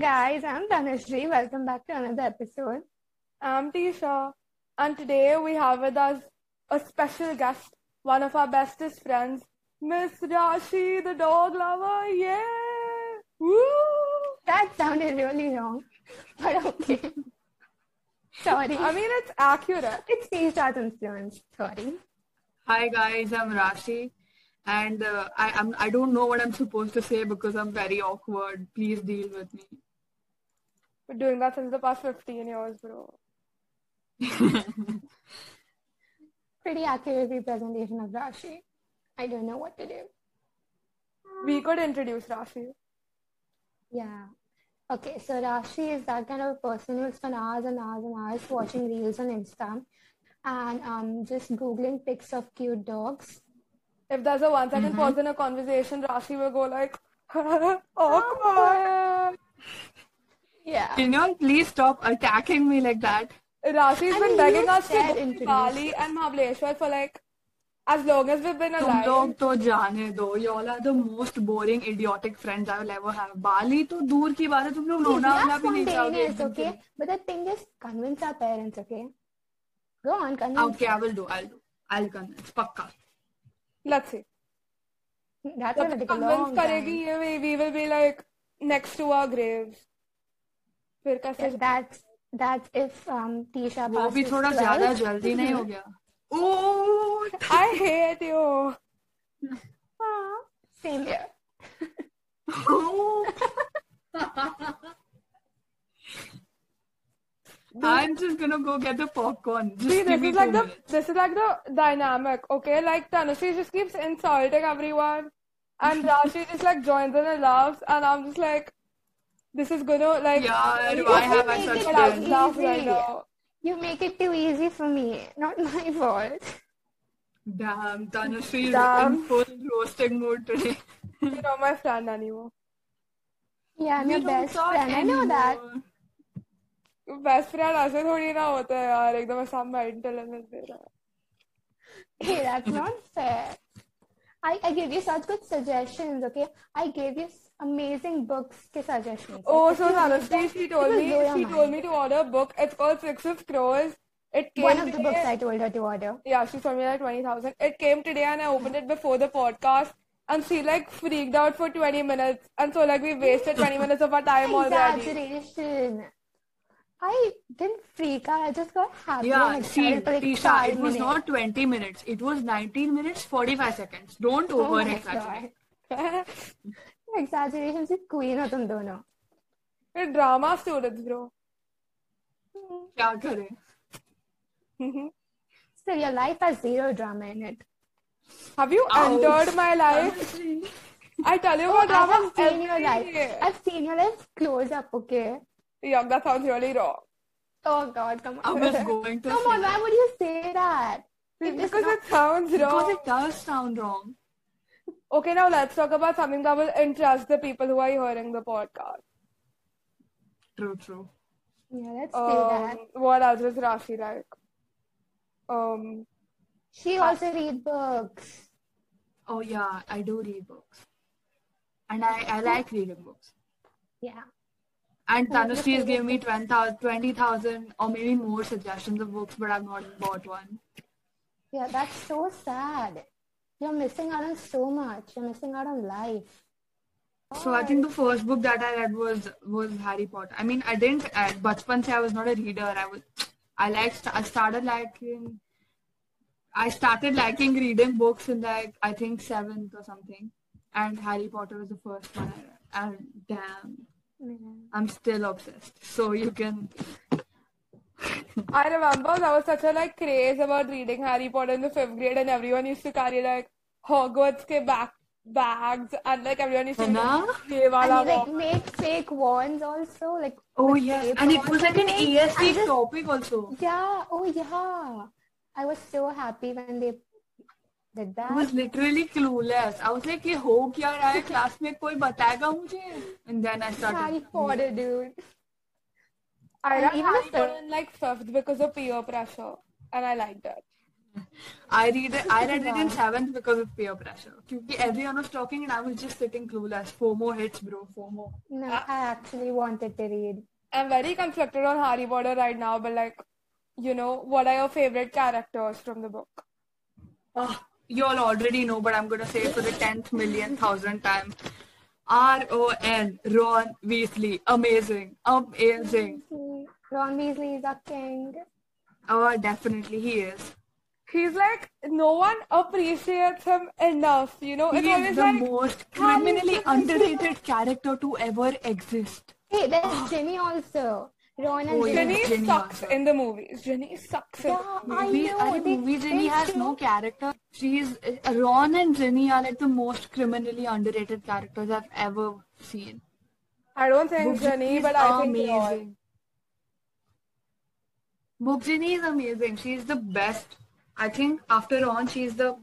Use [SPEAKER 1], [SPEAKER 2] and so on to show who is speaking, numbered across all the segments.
[SPEAKER 1] guys, I'm Tanushree. Welcome back to another episode.
[SPEAKER 2] I'm Tisha, and today we have with us a special guest, one of our bestest friends, Miss Rashi, the dog lover. Yeah! Woo!
[SPEAKER 1] That sounded really wrong, but okay. Sorry.
[SPEAKER 2] I mean, it's accurate.
[SPEAKER 1] it's Tisha's influence. Sorry.
[SPEAKER 3] Hi guys, I'm Rashi, and uh, I I'm, I don't know what I'm supposed to say because I'm very awkward. Please deal with me.
[SPEAKER 2] We're doing that since the past 15 years, bro.
[SPEAKER 1] Pretty accurate representation of Rashi. I don't know what to do.
[SPEAKER 2] We could introduce Rashi.
[SPEAKER 1] Yeah. Okay, so Rashi is that kind of a person who's spent hours and hours and hours watching reels on Insta and um, just googling pics of cute dogs.
[SPEAKER 2] If there's a one
[SPEAKER 1] Mm-hmm.
[SPEAKER 2] second pause in a conversation, Rashi will go like,
[SPEAKER 1] Oh,
[SPEAKER 2] awkward.
[SPEAKER 1] Yeah.
[SPEAKER 3] Can you all please stop attacking me like that?
[SPEAKER 2] Rashi's
[SPEAKER 1] I
[SPEAKER 2] been
[SPEAKER 1] mean,
[SPEAKER 2] begging
[SPEAKER 1] you
[SPEAKER 2] us to
[SPEAKER 1] said
[SPEAKER 2] go to
[SPEAKER 1] introduce
[SPEAKER 2] Bali and Mahabaleshwar for like as long as we've been
[SPEAKER 3] तुम
[SPEAKER 2] alive.
[SPEAKER 3] लोग तो जाने दो you all are the most boring idiotic friends I will ever have. बाली तो दूर की बात है तुम लोग
[SPEAKER 1] We
[SPEAKER 3] रोना
[SPEAKER 1] are
[SPEAKER 3] वोना भी नहीं चाहोगे
[SPEAKER 1] spontaneous, okay? But the thing is, convince our parents, okay? Go on, convince.
[SPEAKER 3] Okay, I will do. I'll do. I'll convince. पक्का.
[SPEAKER 2] Let's see.
[SPEAKER 1] That's
[SPEAKER 2] जब
[SPEAKER 1] gonna
[SPEAKER 2] तक
[SPEAKER 1] take a
[SPEAKER 2] convince
[SPEAKER 1] long
[SPEAKER 2] करेगी
[SPEAKER 1] time.
[SPEAKER 2] ये we, we will be like next to our graves. फिर कैसे
[SPEAKER 1] Yeah, That's that's if um Tisha
[SPEAKER 3] वो भी
[SPEAKER 1] passes
[SPEAKER 3] थोड़ा
[SPEAKER 1] 12.
[SPEAKER 3] ज्यादा जल्दी नहीं हो गया. Oh
[SPEAKER 2] I hate you.
[SPEAKER 1] Aw, Same here.
[SPEAKER 3] I'm just gonna go get the popcorn. Just
[SPEAKER 2] See,
[SPEAKER 3] give
[SPEAKER 2] this
[SPEAKER 3] me
[SPEAKER 2] is
[SPEAKER 3] two
[SPEAKER 2] like the
[SPEAKER 3] minutes.
[SPEAKER 2] this is like the dynamic, okay? Like Tanushree just keeps insulting everyone, and Rashi just like joins in and laughs, and I'm just like, this is gonna like.
[SPEAKER 3] Yaar,
[SPEAKER 2] really
[SPEAKER 3] why
[SPEAKER 1] have I
[SPEAKER 2] make
[SPEAKER 1] such
[SPEAKER 2] us
[SPEAKER 1] friends?
[SPEAKER 2] laugh right now.
[SPEAKER 1] You make it too easy for me. Not my fault.
[SPEAKER 3] Damn, Tanushree is
[SPEAKER 2] Damn.
[SPEAKER 3] in full roasting mood today.
[SPEAKER 2] You're not my friend anymore.
[SPEAKER 1] Yeah, I'm
[SPEAKER 3] We
[SPEAKER 1] your
[SPEAKER 3] don't
[SPEAKER 1] best
[SPEAKER 3] talk
[SPEAKER 1] friend. I know that.
[SPEAKER 3] anymore.
[SPEAKER 2] Best friend ऐसे थोड़ी ना होता है यार एकदम ऐसा mental energy दे रहा है
[SPEAKER 1] Hey, that's not fair. I, I gave you such good suggestions, okay? I gave you s- amazing books ke suggestions.
[SPEAKER 2] Oh,
[SPEAKER 1] If
[SPEAKER 2] so
[SPEAKER 1] you read
[SPEAKER 2] Saraswati,
[SPEAKER 1] them,
[SPEAKER 2] she
[SPEAKER 1] it will
[SPEAKER 2] told me
[SPEAKER 1] blow your
[SPEAKER 2] she
[SPEAKER 1] mind.
[SPEAKER 2] told me to order a book. It's called Six of Crows. It came
[SPEAKER 1] One of the
[SPEAKER 2] today.
[SPEAKER 1] books I told her to order.
[SPEAKER 2] Yeah, she told me like twenty thousand. It came today, and I opened it before the podcast, and she like freaked out for twenty minutes, and so like we wasted twenty minutes of our time already.
[SPEAKER 1] Exaggeration. I didn't freak out. I just got happy.
[SPEAKER 3] Yeah,
[SPEAKER 1] and
[SPEAKER 3] see,
[SPEAKER 1] excited for like
[SPEAKER 3] Tisha,
[SPEAKER 1] five
[SPEAKER 3] it was
[SPEAKER 1] minutes.
[SPEAKER 3] not 20 minutes. It was 19 minutes, 45 seconds. Don't
[SPEAKER 1] Oh
[SPEAKER 3] over
[SPEAKER 1] my
[SPEAKER 3] exaggerate.
[SPEAKER 1] God. Exaggeration से queen हो तुम दोनों.
[SPEAKER 2] We're drama students, bro.
[SPEAKER 3] क्या करें?
[SPEAKER 1] So your life has zero drama in it.
[SPEAKER 2] Have you
[SPEAKER 3] Ouch.
[SPEAKER 2] entered my life?
[SPEAKER 3] Tanushree.
[SPEAKER 2] I tell you
[SPEAKER 1] Oh,
[SPEAKER 2] about
[SPEAKER 1] I
[SPEAKER 2] drama
[SPEAKER 1] have seen your
[SPEAKER 2] every
[SPEAKER 1] life.
[SPEAKER 2] day.
[SPEAKER 1] I've seen your life close up. Okay.
[SPEAKER 2] Yeah, that sounds really wrong.
[SPEAKER 1] Oh God, come
[SPEAKER 3] I
[SPEAKER 1] on.
[SPEAKER 3] was going to
[SPEAKER 1] Come
[SPEAKER 3] say
[SPEAKER 1] on, why would you say that? It is
[SPEAKER 2] Because
[SPEAKER 1] not-
[SPEAKER 2] it sounds
[SPEAKER 3] because
[SPEAKER 2] wrong.
[SPEAKER 3] it does sound wrong.
[SPEAKER 2] Okay, now let's talk about something that will interest the people who are hearing the podcast.
[SPEAKER 3] True, true.
[SPEAKER 1] yeah, let's say that.
[SPEAKER 2] Um, what else is Rashi like? Um,
[SPEAKER 1] She also read books.
[SPEAKER 3] Oh yeah, I do read books, and I, I like reading books.
[SPEAKER 1] Yeah.
[SPEAKER 3] And
[SPEAKER 1] What is your
[SPEAKER 3] Tanushree has given me
[SPEAKER 1] favorite
[SPEAKER 3] 20,000 20,000 or maybe more suggestions of books, but I've not bought one.
[SPEAKER 1] Yeah, that's so sad. You're missing out on so much. You're missing out on life.
[SPEAKER 3] So I think the first book that I read was was Harry Potter. I mean, I didn't. At bachpan se I was not a reader. I was. I like. I started liking. I started liking reading books in like I think seventh or something, and Harry Potter was the first one. I read. And damn,
[SPEAKER 1] Yeah.
[SPEAKER 3] I'm still obsessed. So you can.
[SPEAKER 2] I remember there was such a like craze about reading Harry Potter in the fifth grade, and everyone used to carry like Hogwarts ke back bags, and like everyone used to
[SPEAKER 3] Hai na?
[SPEAKER 2] be like, "Ye wala
[SPEAKER 1] And you like
[SPEAKER 2] walk."
[SPEAKER 1] make fake wands also, like
[SPEAKER 3] Oh
[SPEAKER 1] with
[SPEAKER 3] yes,
[SPEAKER 1] tape
[SPEAKER 3] and
[SPEAKER 1] on
[SPEAKER 3] it was like an
[SPEAKER 1] something.
[SPEAKER 3] ESP
[SPEAKER 1] And just-
[SPEAKER 3] topic also.
[SPEAKER 1] Yeah, oh yeah. I was so happy when they did that.
[SPEAKER 3] I was literally clueless. I was like, ये हो क्या रहा है class में कोई बताएगा मुझे? And then I
[SPEAKER 1] Harry
[SPEAKER 3] started.
[SPEAKER 1] Potter, dude.
[SPEAKER 2] I
[SPEAKER 1] And
[SPEAKER 2] read
[SPEAKER 1] even the
[SPEAKER 2] Harry Potter
[SPEAKER 1] fifth-
[SPEAKER 2] in like fifth because of peer pressure, and I liked it.
[SPEAKER 3] I read it. I read it in seventh because of peer pressure. Because everyone was talking and I was just sitting clueless. FOMO hits, bro. FOMO.
[SPEAKER 1] No,
[SPEAKER 2] Ah.
[SPEAKER 1] I actually wanted to read.
[SPEAKER 2] I'm very conflicted on Harry Potter right now, but like, you know, what are your favorite characters from the book?
[SPEAKER 3] Ugh, Ah, you all already know, but I'm gonna say it for the tenth million thousand time. R O N Ron Weasley, amazing, amazing.
[SPEAKER 1] Ron Weasley is a king.
[SPEAKER 3] Oh, definitely he is.
[SPEAKER 2] He's like no one appreciates him enough, you know. It's
[SPEAKER 3] He
[SPEAKER 2] always
[SPEAKER 3] is the
[SPEAKER 2] like
[SPEAKER 3] most
[SPEAKER 2] Harry
[SPEAKER 3] criminally
[SPEAKER 2] Potter.
[SPEAKER 3] underrated character to ever exist.
[SPEAKER 1] Hey, there's Ginny also. Ron and
[SPEAKER 3] Oh, yeah.
[SPEAKER 1] Ginny.
[SPEAKER 2] Oh. Jenny
[SPEAKER 3] Jenny
[SPEAKER 2] sucks
[SPEAKER 3] also.
[SPEAKER 2] in the movies. Jenny sucks. In the
[SPEAKER 1] Yeah, I
[SPEAKER 3] Movie,
[SPEAKER 1] know.
[SPEAKER 3] I
[SPEAKER 1] they-
[SPEAKER 3] movie
[SPEAKER 1] they
[SPEAKER 3] Ginny has
[SPEAKER 1] show-
[SPEAKER 3] no character. She's Ron and Ginny are like the most criminally underrated characters I've ever seen.
[SPEAKER 2] I don't think
[SPEAKER 3] Book Ginny
[SPEAKER 2] Jenny,
[SPEAKER 3] is
[SPEAKER 2] but I think Ron.
[SPEAKER 3] amazing. Book Ginny is amazing. She's the best. I think after Ron, she's the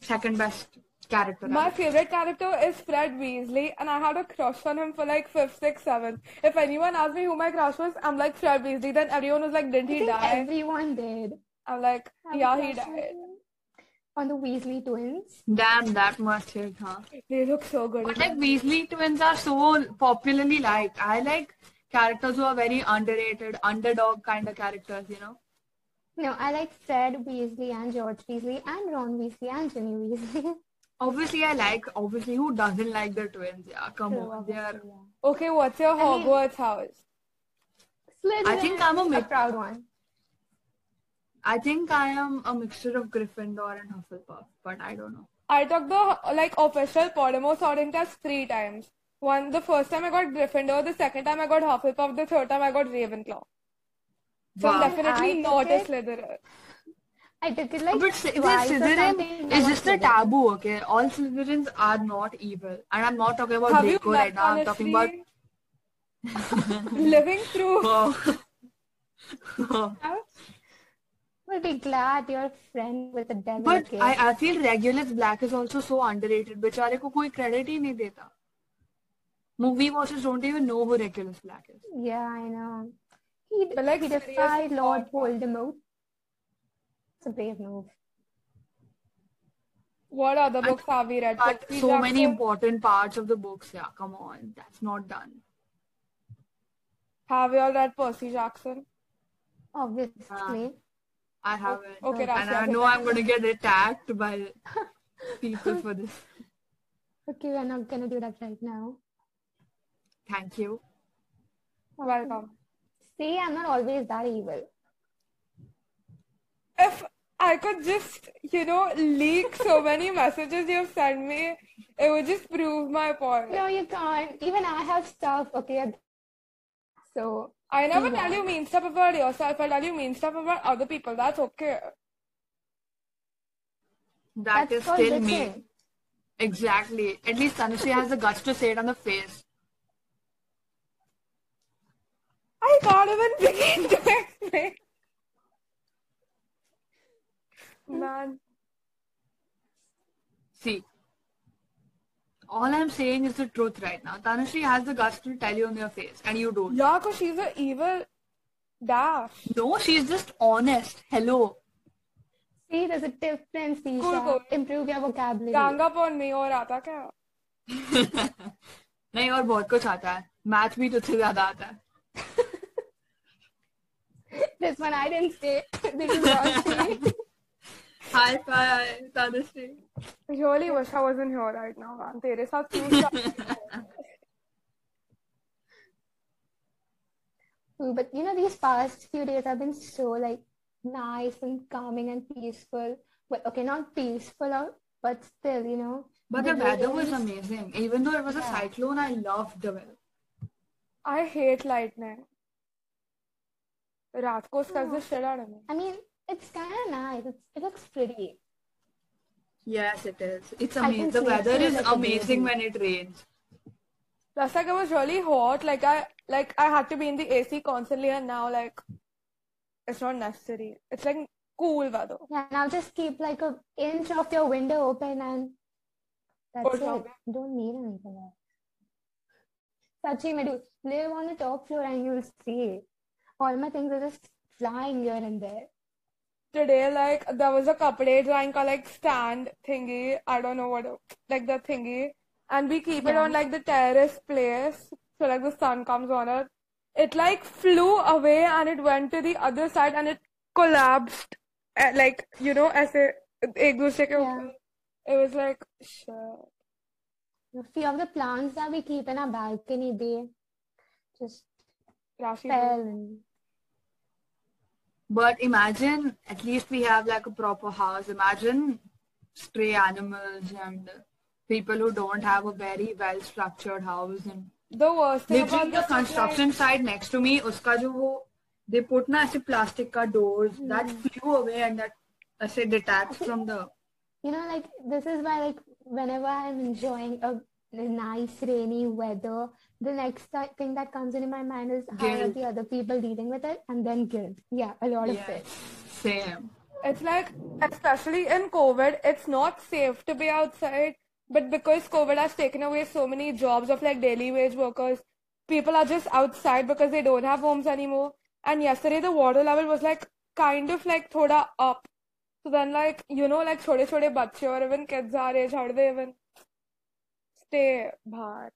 [SPEAKER 3] second best character.
[SPEAKER 2] My favorite character is Fred Weasley, and I had a crush on him for like fifth, sixth, seventh. If anyone asked me who my crush was, I'm like Fred Weasley. Then everyone was like, "Didn't
[SPEAKER 1] I
[SPEAKER 2] he
[SPEAKER 1] think
[SPEAKER 2] die?"
[SPEAKER 1] everyone did.
[SPEAKER 2] I'm like,
[SPEAKER 1] Have a
[SPEAKER 2] "Yeah, he
[SPEAKER 1] crush on
[SPEAKER 2] died."
[SPEAKER 1] him. On the Weasley twins.
[SPEAKER 3] Damn, that must hit, huh?
[SPEAKER 2] They look so good.
[SPEAKER 3] But like Weasley twins are so popularly liked. I like characters who are very underrated, underdog kind of characters, you know?
[SPEAKER 1] No, I like Fred Weasley and George Weasley and Ron Weasley and Ginny Weasley.
[SPEAKER 3] Obviously, I like, obviously, who doesn't like the twins? Yeah, come
[SPEAKER 1] So,
[SPEAKER 3] on. They are.
[SPEAKER 1] obviously, yeah.
[SPEAKER 2] Okay, what's your
[SPEAKER 1] mean-
[SPEAKER 2] Hogwarts house?
[SPEAKER 1] Slytherin.
[SPEAKER 3] I think I'm a
[SPEAKER 1] a
[SPEAKER 3] mid-
[SPEAKER 1] proud one.
[SPEAKER 3] I think I am a mixture of Gryffindor and Hufflepuff, but I don't know.
[SPEAKER 2] I took the like official Podemos sorting test three times. One, the first time I got Gryffindor, the second time I got Hufflepuff, the third time I got Ravenclaw. So I'm
[SPEAKER 3] Wow.
[SPEAKER 2] definitely
[SPEAKER 1] I took
[SPEAKER 2] not a
[SPEAKER 1] it-
[SPEAKER 2] Slytherin.
[SPEAKER 1] I took it like
[SPEAKER 3] but Sy- the
[SPEAKER 1] twice or something.
[SPEAKER 3] Slytherin
[SPEAKER 1] I
[SPEAKER 3] is
[SPEAKER 1] was
[SPEAKER 3] just a
[SPEAKER 1] Slytherin.
[SPEAKER 3] taboo, okay? All Slytherins are not evil. And I'm not talking about
[SPEAKER 2] Have you
[SPEAKER 3] Draco right
[SPEAKER 2] met,
[SPEAKER 3] now. I'm talking about.
[SPEAKER 2] honestly, living through?
[SPEAKER 1] We'll be glad you're friend with the devil.
[SPEAKER 3] but
[SPEAKER 1] okay?
[SPEAKER 3] I, I feel Regulus Black is also so underrated. बेचारे को कोई credit ही नहीं देता. Movie watchers don't even know who Regulus Black is.
[SPEAKER 1] yeah, I know. He,
[SPEAKER 2] But, like,
[SPEAKER 1] he
[SPEAKER 2] seriously,
[SPEAKER 1] defied Lord
[SPEAKER 2] God.
[SPEAKER 1] Voldemort. It's a brave move.
[SPEAKER 2] What other books have we read?
[SPEAKER 3] But
[SPEAKER 2] Percy
[SPEAKER 3] so many
[SPEAKER 2] Jackson?
[SPEAKER 3] important parts of the books. Yeah, come on, that's not done.
[SPEAKER 2] Have you all read Percy Jackson?
[SPEAKER 3] Ah.
[SPEAKER 1] Obviously.
[SPEAKER 3] I haven't.
[SPEAKER 2] Okay,
[SPEAKER 3] and I
[SPEAKER 2] Rashmi.
[SPEAKER 3] know I'm gonna get attacked by people for this.
[SPEAKER 1] okay, we're not gonna do that right now.
[SPEAKER 3] Thank you.
[SPEAKER 2] Welcome.
[SPEAKER 1] See, I'm not always that evil.
[SPEAKER 2] if I could just, you know, leak so many messages you've sent me, it would just prove my point.
[SPEAKER 1] No, you can't. Even I have stuff, okay? So,
[SPEAKER 2] I never
[SPEAKER 1] Yeah.
[SPEAKER 2] tell you mean stuff about yourself. I tell you mean stuff about other people. That's okay.
[SPEAKER 3] That's
[SPEAKER 1] that's called
[SPEAKER 3] still me.
[SPEAKER 1] bitching.
[SPEAKER 3] Exactly. At least Tanushree has the guts to say it on the face.
[SPEAKER 2] I can't even begin to explain. Man,
[SPEAKER 3] See. All I'm saying is the truth right now. Tanushree has the guts to tell you on your face, and you don't.
[SPEAKER 2] yeah, 'cause she's an evil dash.
[SPEAKER 3] No, she's just honest. Hello.
[SPEAKER 1] See, there's a difference, Isha.
[SPEAKER 2] Cool, cool.
[SPEAKER 1] Improve your vocabulary.
[SPEAKER 2] Gang up on me or आता क्या?
[SPEAKER 3] नहीं और बहुत कुछ आता है math भी तुझसे ज्यादा आता है
[SPEAKER 1] This one I didn't say. This is Roshni.
[SPEAKER 3] Hi five Tanushree
[SPEAKER 2] Really wish I wasn't here right now, man. तेरे साथ क्यों सा-
[SPEAKER 1] Ooh, But you know, these past few days have been so like nice and calming and peaceful. But okay, not peaceful, out, but still, you know.
[SPEAKER 3] But the weather was
[SPEAKER 1] rains-
[SPEAKER 3] amazing. Even though it was a
[SPEAKER 1] Yeah.
[SPEAKER 3] cyclone, I loved the weather.
[SPEAKER 2] I hate lightning. रात को scares the shit out of me.
[SPEAKER 1] I mean, it's kind of nice. It's, it looks pretty.
[SPEAKER 3] Yes, it is. It's
[SPEAKER 1] I
[SPEAKER 3] amazing.
[SPEAKER 1] can
[SPEAKER 3] The
[SPEAKER 1] see it
[SPEAKER 3] weather
[SPEAKER 1] too,
[SPEAKER 3] is
[SPEAKER 1] like a baby.
[SPEAKER 3] amazing when it rains.
[SPEAKER 2] Last like it was really hot. Like I like I had to be in the AC constantly, and now like it's not necessary. It's like cool weather.
[SPEAKER 1] Yeah, now just keep like a inch of your window open and that's
[SPEAKER 2] Or
[SPEAKER 1] it.
[SPEAKER 2] something.
[SPEAKER 1] You don't need anything else. Sachi Madhu, live on the top floor and you'll see. All my things are just flying here and there.
[SPEAKER 2] today, like there was a kapde drawing called like stand thingy. I don't know what like the thingy, and we keep it on like the terrace place, so like the sun comes on it. It like flew away and it went to the other side and it collapsed. Uh, like you know, as a ek dusre ke
[SPEAKER 1] Yeah.
[SPEAKER 2] upar. It was like shit.
[SPEAKER 1] A few of the plants that we keep in our balcony, they just
[SPEAKER 2] Rashi,
[SPEAKER 1] fell. And,
[SPEAKER 3] But imagine at least we have like a proper house. Imagine stray animals and people who don't have a very well structured house and
[SPEAKER 2] the worst thing
[SPEAKER 3] literally
[SPEAKER 2] about
[SPEAKER 3] the
[SPEAKER 2] this is, like,
[SPEAKER 3] construction site next to me उसका जो वो they put ना ऐसे plastic का doors that flew away and that ऐसे detached from the
[SPEAKER 1] you know, like this is why, like, whenever I'm enjoying a a nice rainy weather, the next th- thing that comes into my mind is how are
[SPEAKER 3] Guilt.
[SPEAKER 1] the other people dealing with it, and then guilt. Yeah, a lot of
[SPEAKER 3] yeah,
[SPEAKER 1] it.
[SPEAKER 3] same
[SPEAKER 2] It's like, especially in COVID, it's not safe to be outside. But because COVID has taken away so many jobs of like daily wage workers, people are just outside because they don't have homes anymore. And yesterday the water level was like kind of like thoda up. So then like, you know, like chode chode bache or even kids our age, how do they even stay bahar?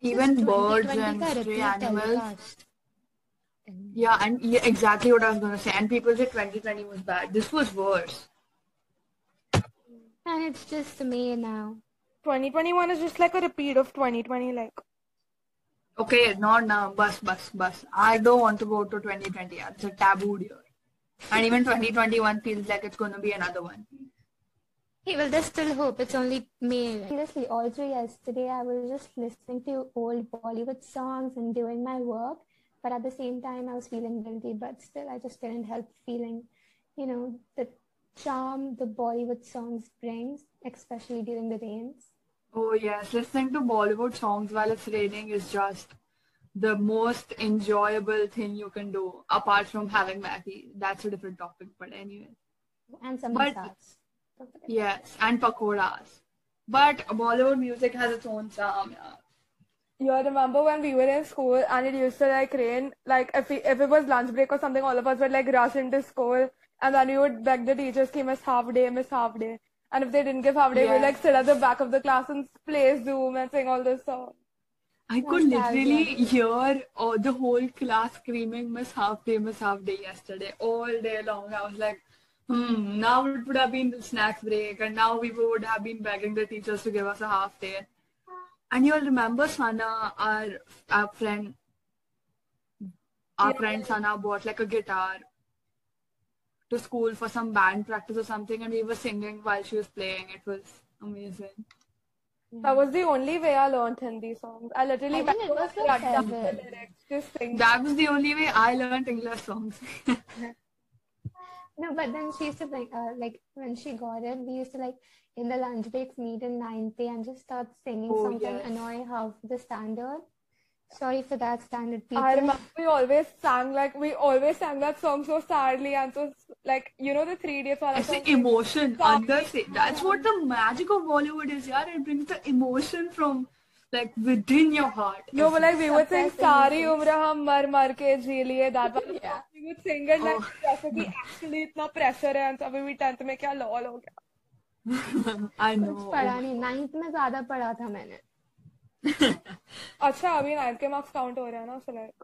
[SPEAKER 3] even
[SPEAKER 1] Just
[SPEAKER 3] birds
[SPEAKER 1] 2020
[SPEAKER 3] and
[SPEAKER 1] का
[SPEAKER 3] stray
[SPEAKER 1] repeat
[SPEAKER 3] animals
[SPEAKER 1] telecast.
[SPEAKER 3] yeah and yeah, exactly what I was gonna say and people say 2020 was bad this was worse
[SPEAKER 1] And it's just May now.
[SPEAKER 2] 2021 is just like a repeat of 2020, like.
[SPEAKER 3] Okay, not now. Bus, bus, bus. I don't want to go to 2020. yeah. It's a taboo year. And even 2021 feels like it's going to be another one.
[SPEAKER 1] Hey, well, there's still hope. It's only May. Seriously, also yesterday I was just listening to old Bollywood songs and doing my work, but at the same time I was feeling guilty. But still, I just couldn't help feeling, you know, the charm the Bollywood songs brings, especially during the rains.
[SPEAKER 3] Oh, yes. Listening to Bollywood songs while it's raining is just the most enjoyable thing you can do, apart from having Maggie. That's a different topic, but anyway.
[SPEAKER 1] And some
[SPEAKER 3] But-
[SPEAKER 1] masas. Don't forget.
[SPEAKER 3] Yes, and pakoras. But Bollywood music has its own charm. Yeah.
[SPEAKER 2] Yeah, I remember when we were in school and it used to like rain, like if we, if it was lunch break or something, all of us would like rush into school and then we would beg the teachers ki miss half day, miss half day. And if they didn't give half day, we'd
[SPEAKER 3] Yeah.
[SPEAKER 2] like sit at the back of the class and play Zoom and sing all this songs.
[SPEAKER 3] I could
[SPEAKER 1] Nostalgia.
[SPEAKER 3] literally hear oh, the whole class screaming Miss Half Day, Miss Half Day yesterday, all day long. I was like, hmm, now it would have been the snack break, and now we would have been begging the teachers to give us a half day. And you'll remember Sana, our, our friend, our friend Sana bought like a guitar to school for some band practice or something, and we were singing while she was playing. It was amazing.
[SPEAKER 2] That was the only way I learned Hindi songs. I literally
[SPEAKER 1] Mm-hmm. I think it was
[SPEAKER 2] write down the
[SPEAKER 1] seven.
[SPEAKER 2] lyrics, just sing.
[SPEAKER 3] That was the only way I learned English songs.
[SPEAKER 1] No, but then she used to bring, uh, like when she got it, we used to like in the lunch breaks meet in 9th and just start singing
[SPEAKER 3] Oh,
[SPEAKER 1] something
[SPEAKER 3] yes.
[SPEAKER 1] annoying half the standard. Sorry for that standard people.
[SPEAKER 2] I remember we always sang like we always sang that song so sadly and so like you know the three days wala
[SPEAKER 3] It's
[SPEAKER 2] song.
[SPEAKER 3] the emotion
[SPEAKER 2] Sorry.
[SPEAKER 3] under say that's what the magic of Bollywood is, yeah. It brings the emotion from like within your heart.
[SPEAKER 2] No, but like we would sing
[SPEAKER 1] Suppressing
[SPEAKER 2] सारी
[SPEAKER 1] things.
[SPEAKER 2] उम्र हम मर मर के जी लिए that one we would sing it like
[SPEAKER 3] Oh.
[SPEAKER 2] जैसे कि actually इतना pressure है and अभी भी 10th में क्या lol हो गया
[SPEAKER 3] I
[SPEAKER 1] कुछ पढ़ा
[SPEAKER 3] know.
[SPEAKER 1] नहीं नाइन्थ में ज्यादा पढ़ा था मैंने
[SPEAKER 2] अच्छा अभी 9th के marks count हो रहे हैं ना so like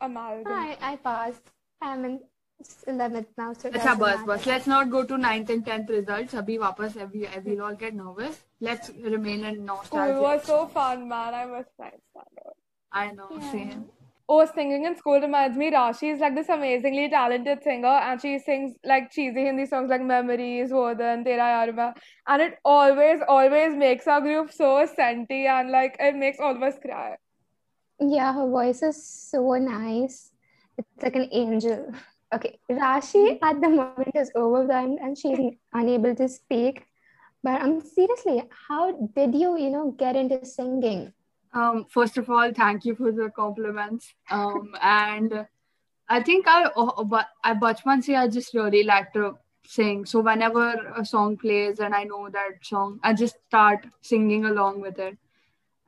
[SPEAKER 2] amalgam
[SPEAKER 1] I I passed. I'm in 11th now, so it
[SPEAKER 3] अच्छा
[SPEAKER 1] doesn't
[SPEAKER 3] बस
[SPEAKER 1] matter.
[SPEAKER 3] बस let's not go to 9th and 10th results अभी वापस अभी we'll all get nervous let's remain in
[SPEAKER 2] school
[SPEAKER 3] nostalgia
[SPEAKER 2] Oh, was so fun man I was nice standard
[SPEAKER 3] I know
[SPEAKER 1] Yeah.
[SPEAKER 3] same
[SPEAKER 2] Oh, singing in school reminds me, Rashi is like this amazingly talented singer, and she sings like cheesy Hindi songs like Memories, Wodan, Tera Yarba. And it always, always makes our group so senti and like it makes all of us cry.
[SPEAKER 1] Yeah, her voice is so nice. It's like an angel. Okay, Rashi
[SPEAKER 3] Mm-hmm.
[SPEAKER 1] at the moment is overwhelmed and she's unable to speak. But um, seriously, how did you, you know, get into singing?
[SPEAKER 3] Um, first of all, thank you for the compliments. Um, and I think I, oh, but I, bachpan se I just really like to sing. So whenever a song plays and I know that song, I just start singing along with it.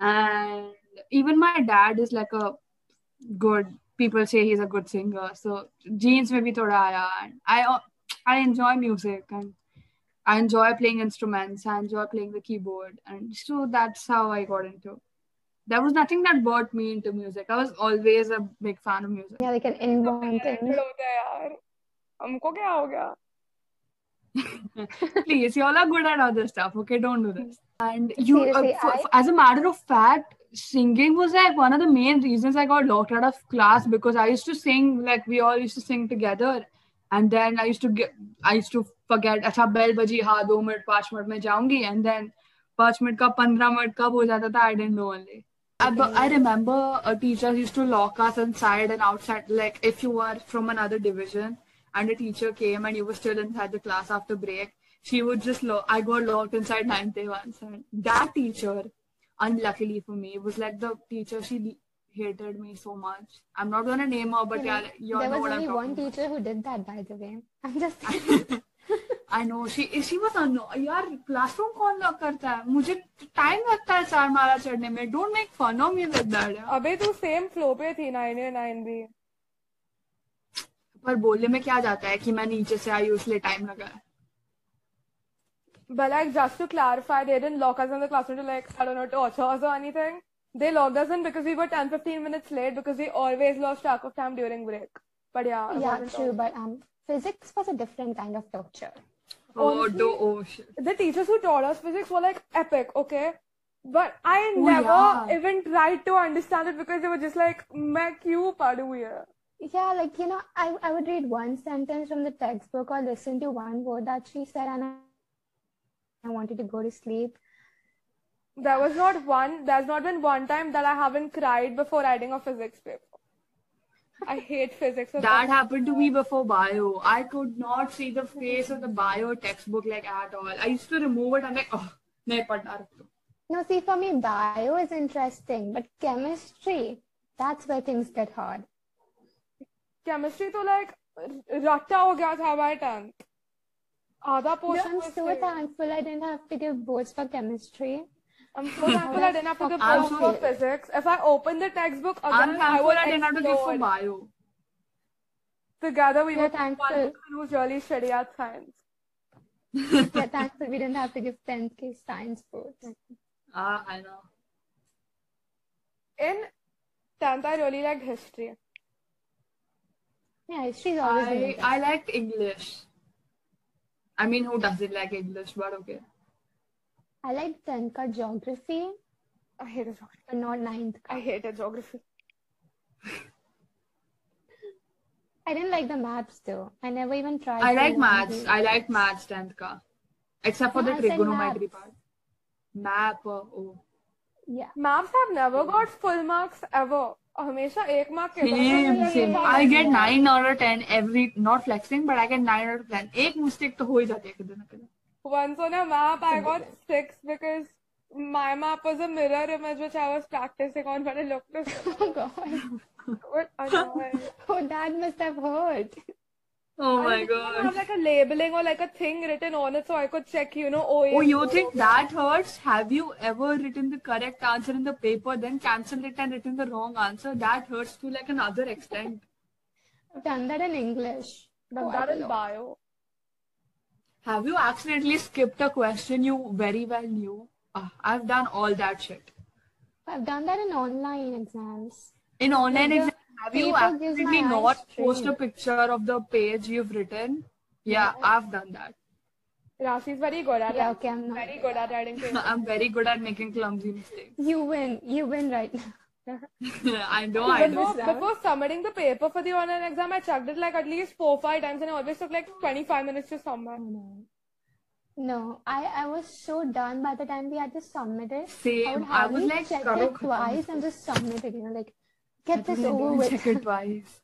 [SPEAKER 3] And even my dad is like a good people say he's a good singer. So jeans में भी थोड़ा आया. And I I enjoy music and I enjoy playing instruments. I enjoy playing the keyboard, and so that's how I got into. There was nothing that brought me into music. I was always a big fan of music.
[SPEAKER 1] Yeah, like an inborn thing.
[SPEAKER 2] होता है यार हमको क्या हो गया
[SPEAKER 3] Please, y'all are good at other stuff. Okay, don't do this. And you, uh,
[SPEAKER 1] Seriously,
[SPEAKER 3] for-
[SPEAKER 1] I-
[SPEAKER 3] for- as a matter of fact, singing was like one of the main reasons I got locked out of class because I used to sing. Like we all used to sing together, and then I used to get, I used to forget. अच्छा bell baji हाँ दो minute पाँच minute में जाऊंगी and then पाँच minute का पंद्रह minute कब हो जाता था I didn't know only. Uh, but I remember a teacher used to lock us inside and outside. Like if you were from another division and a teacher came and you were still inside the class after break, she would just lock. I got locked inside 90 once. And that teacher, unluckily for me, was like the teacher. She hated me so much. I'm not gonna name her, but yeah, you all
[SPEAKER 1] there
[SPEAKER 3] know
[SPEAKER 1] was
[SPEAKER 3] what I'm
[SPEAKER 1] only
[SPEAKER 3] talking
[SPEAKER 1] one
[SPEAKER 3] about.
[SPEAKER 1] teacher who did that, by the way. I'm just
[SPEAKER 3] I know she she was unknown यार classroom कौन lock करता है मुझे time लगता है चार माला चढ़ने में don't make fun of me with that
[SPEAKER 2] अबे तू सेम फ्लो पे थी नाइन ए नाइन भी
[SPEAKER 3] पर बोलने में क्या जाता है कि मैं नीचे से आई हूँ, इसलिए टाइम लगा है
[SPEAKER 2] But like just to clarify, they didn't lock us in the classroom to like I don't know torture us or anything. They locked us in because we were 10, 15 minutes late because we always lost track of time during break. But yeah, I
[SPEAKER 1] yeah,
[SPEAKER 2] wasn't
[SPEAKER 1] true, but um, physics was a different kind of torture.
[SPEAKER 3] Oh डो oh Oh, shit.
[SPEAKER 2] the teachers who taught us physics were like epic, okay? But I
[SPEAKER 3] Oh,
[SPEAKER 2] never
[SPEAKER 3] yeah.
[SPEAKER 2] even tried to understand it because they were just like, मैं क्यों पढ़ू ये?
[SPEAKER 1] Yeah, like you know, I I would read one sentence from the textbook or listen to one word that she said, and I, I wanted to go to sleep.
[SPEAKER 2] There was not one, there's not been one time that I haven't cried before writing a physics paper. I hate physics. with
[SPEAKER 3] That happened to me before bio. I could not see the face of the bio textbook like at all. I used to remove it. I'm like, oh, नहीं पढ़ना रख दो."
[SPEAKER 1] No, see, for me, bio is interesting, but chemistry, that's where things get hard.
[SPEAKER 2] Chemistry तो like रट्टा हो गया था हमारे टेंथ आधा
[SPEAKER 1] So
[SPEAKER 2] portion
[SPEAKER 1] I'm so thankful I didn't have to give boards for chemistry.
[SPEAKER 2] I'm so thankful I didn't have to give
[SPEAKER 3] I'm
[SPEAKER 2] book for
[SPEAKER 3] so-
[SPEAKER 2] physics. If I open the textbook
[SPEAKER 3] I'm
[SPEAKER 2] again, I
[SPEAKER 3] thankful
[SPEAKER 2] would
[SPEAKER 3] I didn't have to give for
[SPEAKER 2] explode.
[SPEAKER 3] bio.
[SPEAKER 2] Together we
[SPEAKER 1] We're
[SPEAKER 2] were one
[SPEAKER 1] thankful.
[SPEAKER 2] person who's really shitty at science.
[SPEAKER 1] Yeah, thankful we didn't have to give 10k science boards.
[SPEAKER 3] Ah, I know.
[SPEAKER 2] In tenth, I really liked history.
[SPEAKER 1] Yeah, she's always been
[SPEAKER 3] I,
[SPEAKER 1] like that.
[SPEAKER 3] I liked English. I mean, who doesn't like English? But okay.
[SPEAKER 1] I like 10th ka geography,
[SPEAKER 2] I hated geography.
[SPEAKER 1] but not 9th.
[SPEAKER 2] I hated geography.
[SPEAKER 1] I didn't like the maps though. I never even tried.
[SPEAKER 3] I
[SPEAKER 1] to
[SPEAKER 3] like
[SPEAKER 1] learn
[SPEAKER 3] maths.
[SPEAKER 1] the-
[SPEAKER 3] I like maths 10th ka. Except for the
[SPEAKER 1] Yeah, I said
[SPEAKER 3] trigonometry
[SPEAKER 1] maths.
[SPEAKER 3] part. Map, oh, oh.
[SPEAKER 1] Yeah.
[SPEAKER 2] Maps have never got full marks ever. और हमेशा एक mark के
[SPEAKER 3] Same,
[SPEAKER 2] साथ-
[SPEAKER 3] same. I get 9 out of 10 every, not flexing, but I get 9 out of 10. एक mistake तो हो ही जाती है कभी ना कभी.
[SPEAKER 2] Once on a map, I got six because my map was a mirror image which I was practicing on when I looked at it.
[SPEAKER 1] Oh god.
[SPEAKER 2] What annoying.
[SPEAKER 1] Oh, that must have hurt.
[SPEAKER 3] Oh my
[SPEAKER 2] I
[SPEAKER 3] god.
[SPEAKER 2] have like a labeling or like a thing written on it so I could check, you know, oh,
[SPEAKER 3] Oh, you think that hurts? Have you ever written the correct answer in the paper, then cancelled it and written the wrong answer? That hurts to like another extent.
[SPEAKER 1] I've done that in English.
[SPEAKER 2] I've done that in bio.
[SPEAKER 3] Have you accidentally skipped a question you very well knew? Ah, I've done all that shit.
[SPEAKER 1] I've done that in online exams.
[SPEAKER 3] In online exam, have you
[SPEAKER 1] paper gives my
[SPEAKER 3] accidentally
[SPEAKER 1] eyes
[SPEAKER 3] not post a
[SPEAKER 1] strain.
[SPEAKER 3] picture of the page you've written? Yeah, I've done that.
[SPEAKER 2] Rashi's very good at
[SPEAKER 1] Yeah,
[SPEAKER 2] it.
[SPEAKER 1] okay, I'm not.
[SPEAKER 2] Very good at writing papers.
[SPEAKER 3] I'm very good at making clumsy mistakes.
[SPEAKER 1] You win. You win right now.
[SPEAKER 3] I know, I
[SPEAKER 2] Before,
[SPEAKER 3] know.
[SPEAKER 2] before submitting the paper for the online exam, I checked it like at least four, five times and I always took like 25 minutes to submit.
[SPEAKER 1] No, I, I was so done by the time we had to submit it. I
[SPEAKER 3] Same.
[SPEAKER 1] would
[SPEAKER 3] I
[SPEAKER 1] hardly
[SPEAKER 3] was like,
[SPEAKER 1] check
[SPEAKER 3] "Karo
[SPEAKER 1] it
[SPEAKER 3] khatam."
[SPEAKER 1] twice and just submit it. You know, like get this
[SPEAKER 3] I didn't
[SPEAKER 1] over
[SPEAKER 3] even
[SPEAKER 1] with.
[SPEAKER 3] check it twice.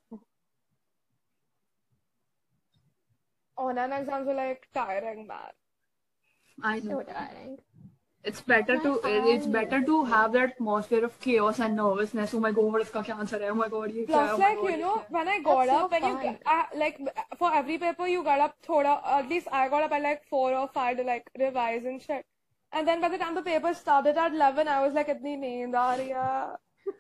[SPEAKER 2] Online exams were like tiring, man.
[SPEAKER 3] I know.
[SPEAKER 1] So tiring.
[SPEAKER 3] It's better
[SPEAKER 1] My
[SPEAKER 3] to it's
[SPEAKER 1] eye.
[SPEAKER 3] better to have that atmosphere of chaos and nervousness. Oh my god, इसका क्या answer है? Oh my god, ये क्या है?
[SPEAKER 2] Plus,
[SPEAKER 3] Oh my
[SPEAKER 2] like you
[SPEAKER 3] God, ये
[SPEAKER 2] know,
[SPEAKER 3] क्या है?
[SPEAKER 2] when I got
[SPEAKER 1] That's so
[SPEAKER 2] up, when you
[SPEAKER 1] fun.
[SPEAKER 2] I, like for every paper you got up, thoda at least I got up at like four or five to like revise and shit. And then by the time the paper started at eleven, I was like, "Itni neend aa rahi hai."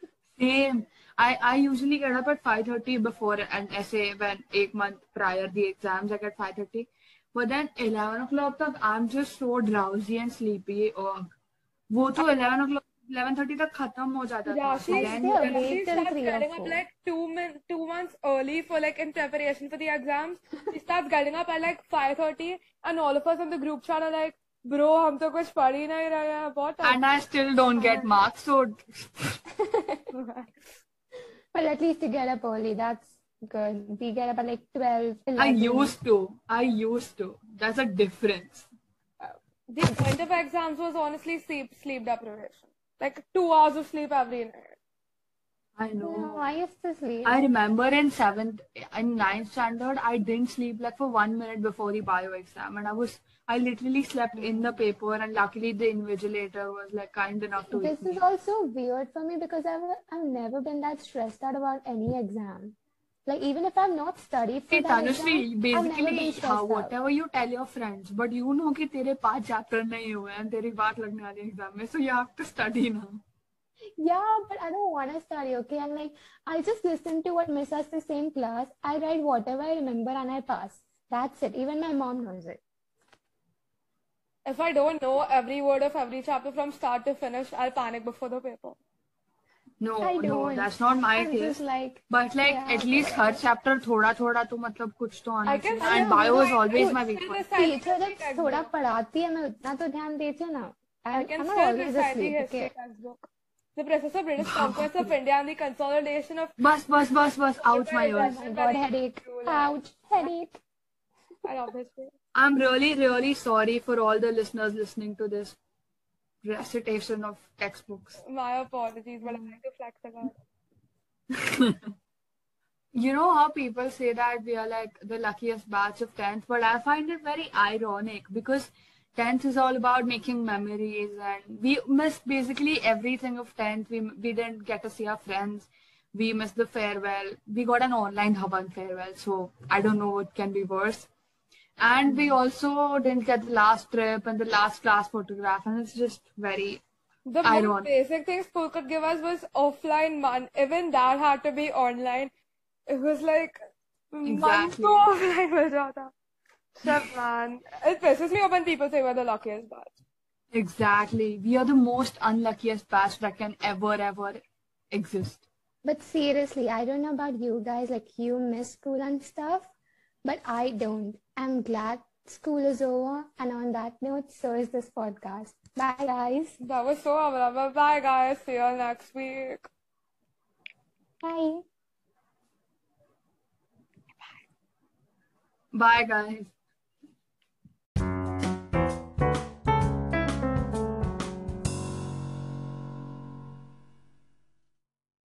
[SPEAKER 3] Same. I, I usually get up at 5.30 before an essay when eight month prior the exams I get 5.30 but then 11 o'clock तक I'm just so drowsy and sleepy और वो तो 11 o'clock 11.30 तक खत्म हो जाता था
[SPEAKER 2] Rashi,
[SPEAKER 1] I
[SPEAKER 3] Then
[SPEAKER 1] still
[SPEAKER 3] you can-
[SPEAKER 1] wait
[SPEAKER 2] she
[SPEAKER 1] till
[SPEAKER 2] starts
[SPEAKER 1] three or
[SPEAKER 2] getting up
[SPEAKER 1] four.
[SPEAKER 2] like two min- two months early for like in preparation for the exams. She starts getting up at like five thirty, and all of us in the group chat are like, "Bro, हम तो कुछ पढ़ ही नहीं रहे हैं, बहुत
[SPEAKER 3] and I still don't get marks so
[SPEAKER 1] Well, at least you get up early. That's good. We get up at like 12,
[SPEAKER 3] I
[SPEAKER 1] 11.
[SPEAKER 3] used to I used to that's a difference
[SPEAKER 2] The point of exams was honestly sleep sleep deprivation, like two hours of sleep every night.
[SPEAKER 3] I know
[SPEAKER 1] No, I used to sleep.
[SPEAKER 3] I remember in seventh, in ninth standard, I didn't sleep like for one minute before the bio exam, and I was, I literally slept in the paper, and luckily the invigilator was like kind enough to.
[SPEAKER 1] This is also weird for me because I've I've never been that stressed out about any exam. Like even if I've not studied for
[SPEAKER 3] See,
[SPEAKER 1] that
[SPEAKER 3] Tanushree,
[SPEAKER 1] exam, I've never
[SPEAKER 3] basically,
[SPEAKER 1] been
[SPEAKER 3] हाँ,
[SPEAKER 1] stressed out.
[SPEAKER 3] whatever you tell your friends, but you know कि तेरे पांच chapter नहीं हुए हैं, and तेरी बात लगने वाली है exam में, so you have to study now.
[SPEAKER 1] Yeah, but I don't want to study. Okay, I'm like I just listen to what Miss asked the same class. I write whatever I remember and I pass. That's it. Even my mom knows it.
[SPEAKER 2] If I don't know every word of every chapter from start to finish, I'll panic before the paper.
[SPEAKER 3] No,
[SPEAKER 1] I
[SPEAKER 3] no,
[SPEAKER 1] don't.
[SPEAKER 3] that's not my
[SPEAKER 1] I'm
[SPEAKER 3] case.
[SPEAKER 1] just like
[SPEAKER 3] But like
[SPEAKER 1] Yeah.
[SPEAKER 3] at least her chapter थोड़ा थोड़ा तो मतलब कुछ तो आना
[SPEAKER 2] I can.
[SPEAKER 3] चाहिए. And bio is always my weak point.
[SPEAKER 1] Teacher जब थोड़ा पढ़ाती है मैं उतना तो ध्यान देती हूँ ना
[SPEAKER 2] I
[SPEAKER 1] I'm
[SPEAKER 2] can
[SPEAKER 1] not
[SPEAKER 2] still
[SPEAKER 1] always
[SPEAKER 2] recite the
[SPEAKER 1] asleep,
[SPEAKER 2] history
[SPEAKER 1] okay?
[SPEAKER 2] textbook. The process of British conquest of India and the consolidation of
[SPEAKER 3] बस बस बस बस ouch my
[SPEAKER 1] Oh
[SPEAKER 3] ears.
[SPEAKER 1] my god, headache. Ouch, headache.
[SPEAKER 2] and obviously.
[SPEAKER 3] I'm really really sorry for all the listeners listening to this recitation of textbooks.
[SPEAKER 2] My apologies, but I like to flex about it.
[SPEAKER 3] You know how people say that we are like the luckiest batch of 10th, but I find it very ironic because 10th is all about making memories and we missed basically everything of 10th. We, we didn't get to see our friends. We missed the farewell. We got an online Havan farewell, so I don't know what can be worse. And we also didn't get the last trip and the last class photograph, and it's just very
[SPEAKER 2] The
[SPEAKER 3] I
[SPEAKER 2] most
[SPEAKER 3] don't-
[SPEAKER 2] basic thing school could give us was offline man. Even that had to be online. It was like months
[SPEAKER 3] Exactly.
[SPEAKER 2] of offline मिल जाता. Shit, man. It pisses me off when people say we're the luckiest batch.
[SPEAKER 3] exactly. We are the most unluckiest batch that can ever, ever exist.
[SPEAKER 1] But seriously, I don't know about you guys, like you miss school and stuff, but I don't. I'm glad school is over, and on that note, so is this podcast. Bye, guys.
[SPEAKER 2] That was so horrible. Bye, guys. See you next week.
[SPEAKER 1] Bye.
[SPEAKER 3] Bye, guys.